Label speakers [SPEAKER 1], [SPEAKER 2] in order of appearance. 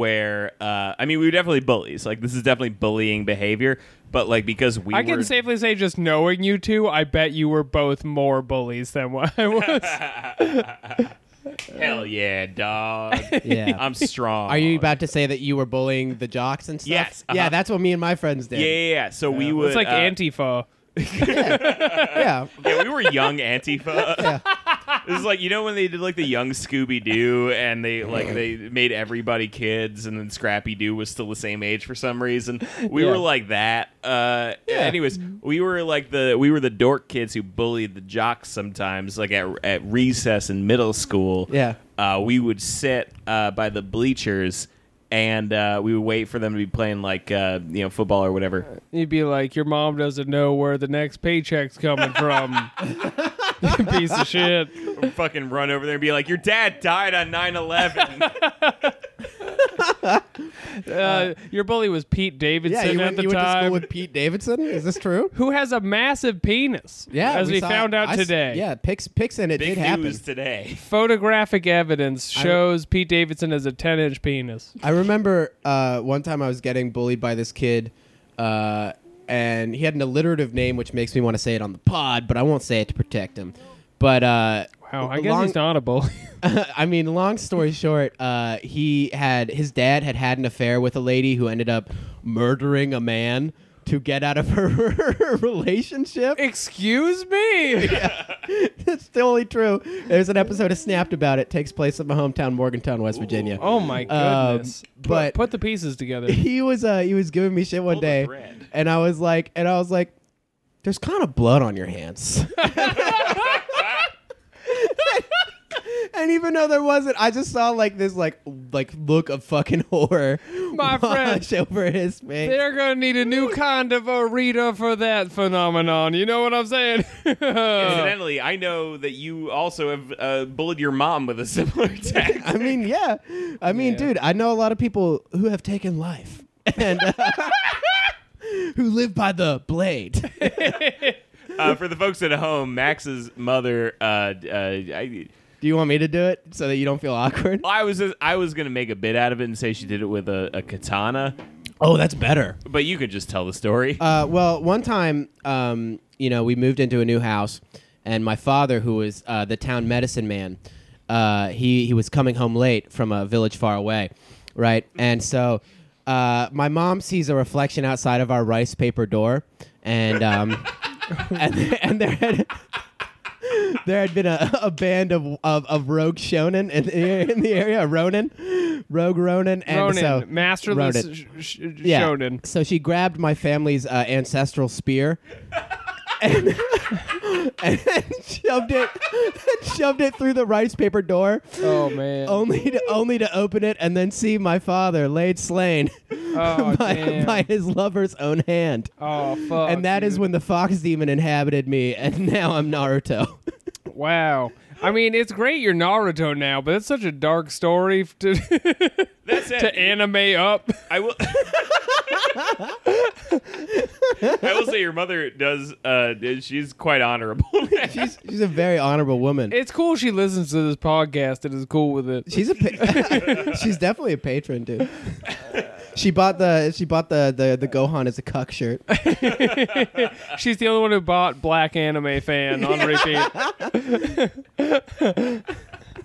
[SPEAKER 1] where uh, I mean we were definitely bullies. Like this is definitely bullying behavior, but like because we
[SPEAKER 2] I
[SPEAKER 1] were
[SPEAKER 2] can safely say, just knowing you two, I bet you were both more bullies than what I was.
[SPEAKER 1] hell yeah, dog.
[SPEAKER 3] Yeah.
[SPEAKER 1] I'm strong.
[SPEAKER 3] Uh, Are you about to say that you were bullying the jocks and stuff?
[SPEAKER 1] Yes, uh-huh.
[SPEAKER 3] Yeah, that's what me and my friends did.
[SPEAKER 1] Yeah, yeah, yeah. So we would
[SPEAKER 2] it's like
[SPEAKER 1] uh,
[SPEAKER 2] Antifa.
[SPEAKER 3] Yeah.
[SPEAKER 1] Yeah, we were young Antifa. This is like you know when they did like the young Scooby Doo and they like they made everybody kids and then Scrappy Doo was still the same age for some reason. We
[SPEAKER 3] Yeah.
[SPEAKER 1] were like that. Uh, Anyways, we were like the we were the dork kids who bullied the jocks sometimes. Like at at recess in middle school.
[SPEAKER 3] Yeah.
[SPEAKER 1] Uh, we would sit uh, by the bleachers and uh, we would wait for them to be playing like uh, you know football or whatever.
[SPEAKER 2] You'd be like, your mom doesn't know where the next paycheck's coming from. Piece of shit.
[SPEAKER 1] fucking run over there and be like, "Your dad died on 9/11."
[SPEAKER 2] Uh, your bully was Pete Davidson
[SPEAKER 3] Yeah, you,
[SPEAKER 2] at
[SPEAKER 3] went,
[SPEAKER 2] the
[SPEAKER 3] you went to
[SPEAKER 2] time,
[SPEAKER 3] school with Pete Davidson? Is this true?
[SPEAKER 2] who has a massive penis.
[SPEAKER 3] Yeah.
[SPEAKER 2] as we,
[SPEAKER 3] saw-
[SPEAKER 2] found out
[SPEAKER 3] I s-
[SPEAKER 2] today.
[SPEAKER 3] Yeah, pics, pics in it
[SPEAKER 1] Big
[SPEAKER 3] did happen.
[SPEAKER 1] news today.
[SPEAKER 2] photographic evidence shows Pete Davidson has a ten-inch penis.
[SPEAKER 3] I remember uh, one time I was getting bullied by this kid, uh, and he had an alliterative name, which makes me want to say it on the pod, but I won't say it to protect him. But uh,
[SPEAKER 2] Wow, Oh, I guess
[SPEAKER 3] long-
[SPEAKER 2] he's not a bully.
[SPEAKER 3] I mean, long story short, uh, he had his dad had had an affair with a lady who ended up murdering a man to get out of her relationship.
[SPEAKER 2] Excuse me.
[SPEAKER 3] It's totally true. There's an episode of Snapped about it. Takes place in my hometown, Morgantown, West Virginia.
[SPEAKER 2] Oh my
[SPEAKER 3] Um,
[SPEAKER 2] goodness! Put-
[SPEAKER 3] but-
[SPEAKER 2] put, the pieces together.
[SPEAKER 3] he was uh he was giving me shit one
[SPEAKER 1] Pull the
[SPEAKER 3] day
[SPEAKER 1] thread.
[SPEAKER 3] and i was like and i was like there's kind of blood on your hands and even though there wasn't i just saw like this like like look of fucking horror
[SPEAKER 2] My friend.
[SPEAKER 3] wash over his face
[SPEAKER 2] They're gonna need a new kind of a reader for that phenomenon. You know what I'm saying? Oh.
[SPEAKER 1] Incidentally, I know that you also have uh, bullied your mom with a similar attack.
[SPEAKER 3] i mean yeah i mean
[SPEAKER 2] Yeah.
[SPEAKER 3] dude i know a lot of people who have taken life and uh, who live by the blade
[SPEAKER 1] uh, for the folks at home, Max's mother. Uh, d- uh, I,
[SPEAKER 3] do you want me to do it so that you don't feel awkward
[SPEAKER 1] I was I was gonna make a bit out of it and say she did it with a, a katana,
[SPEAKER 3] oh that's better
[SPEAKER 1] but you could just tell the story.
[SPEAKER 3] Uh, well, one time, um, you know, we moved into a new house, and my father, who was uh, the town medicine man, uh, he he was coming home late from a village far away, right? And so, uh, my mom sees a reflection outside of our rice paper door, and um, and and there had. There had been a, a band of, of, of rogue shonen in the, in the area, Ronin, rogue Ronin, and
[SPEAKER 2] Ronin,
[SPEAKER 3] so
[SPEAKER 2] masterless
[SPEAKER 3] Ronin.
[SPEAKER 2] sh- sh-
[SPEAKER 3] Yeah.
[SPEAKER 2] shonen.
[SPEAKER 3] So she grabbed my family's uh, ancestral spear and, and shoved it shoved it through the rice paper door.
[SPEAKER 2] Oh man!
[SPEAKER 3] Only to, only to open it and then see my father laid slain
[SPEAKER 2] oh,
[SPEAKER 3] by,
[SPEAKER 2] damn.
[SPEAKER 3] by his lover's own hand.
[SPEAKER 2] oh fuck!
[SPEAKER 3] and that is
[SPEAKER 2] dude.
[SPEAKER 3] when the fox demon inhabited me, and now I'm Naruto.
[SPEAKER 2] Wow. I mean, it's great you're Naruto now, but it's such a dark story f- to,
[SPEAKER 1] That's it.
[SPEAKER 2] to anime up.
[SPEAKER 1] I will. I will say your mother does. Uh, she's quite honorable.
[SPEAKER 3] she's, she's a very honorable woman.
[SPEAKER 2] It's cool she listens to this podcast and is cool with it.
[SPEAKER 3] She's a pa- she's definitely a patron, dude. She bought the she bought the the, the Gohan is a cuck shirt.
[SPEAKER 2] She's the only one who bought Black Anime Fan on repeat.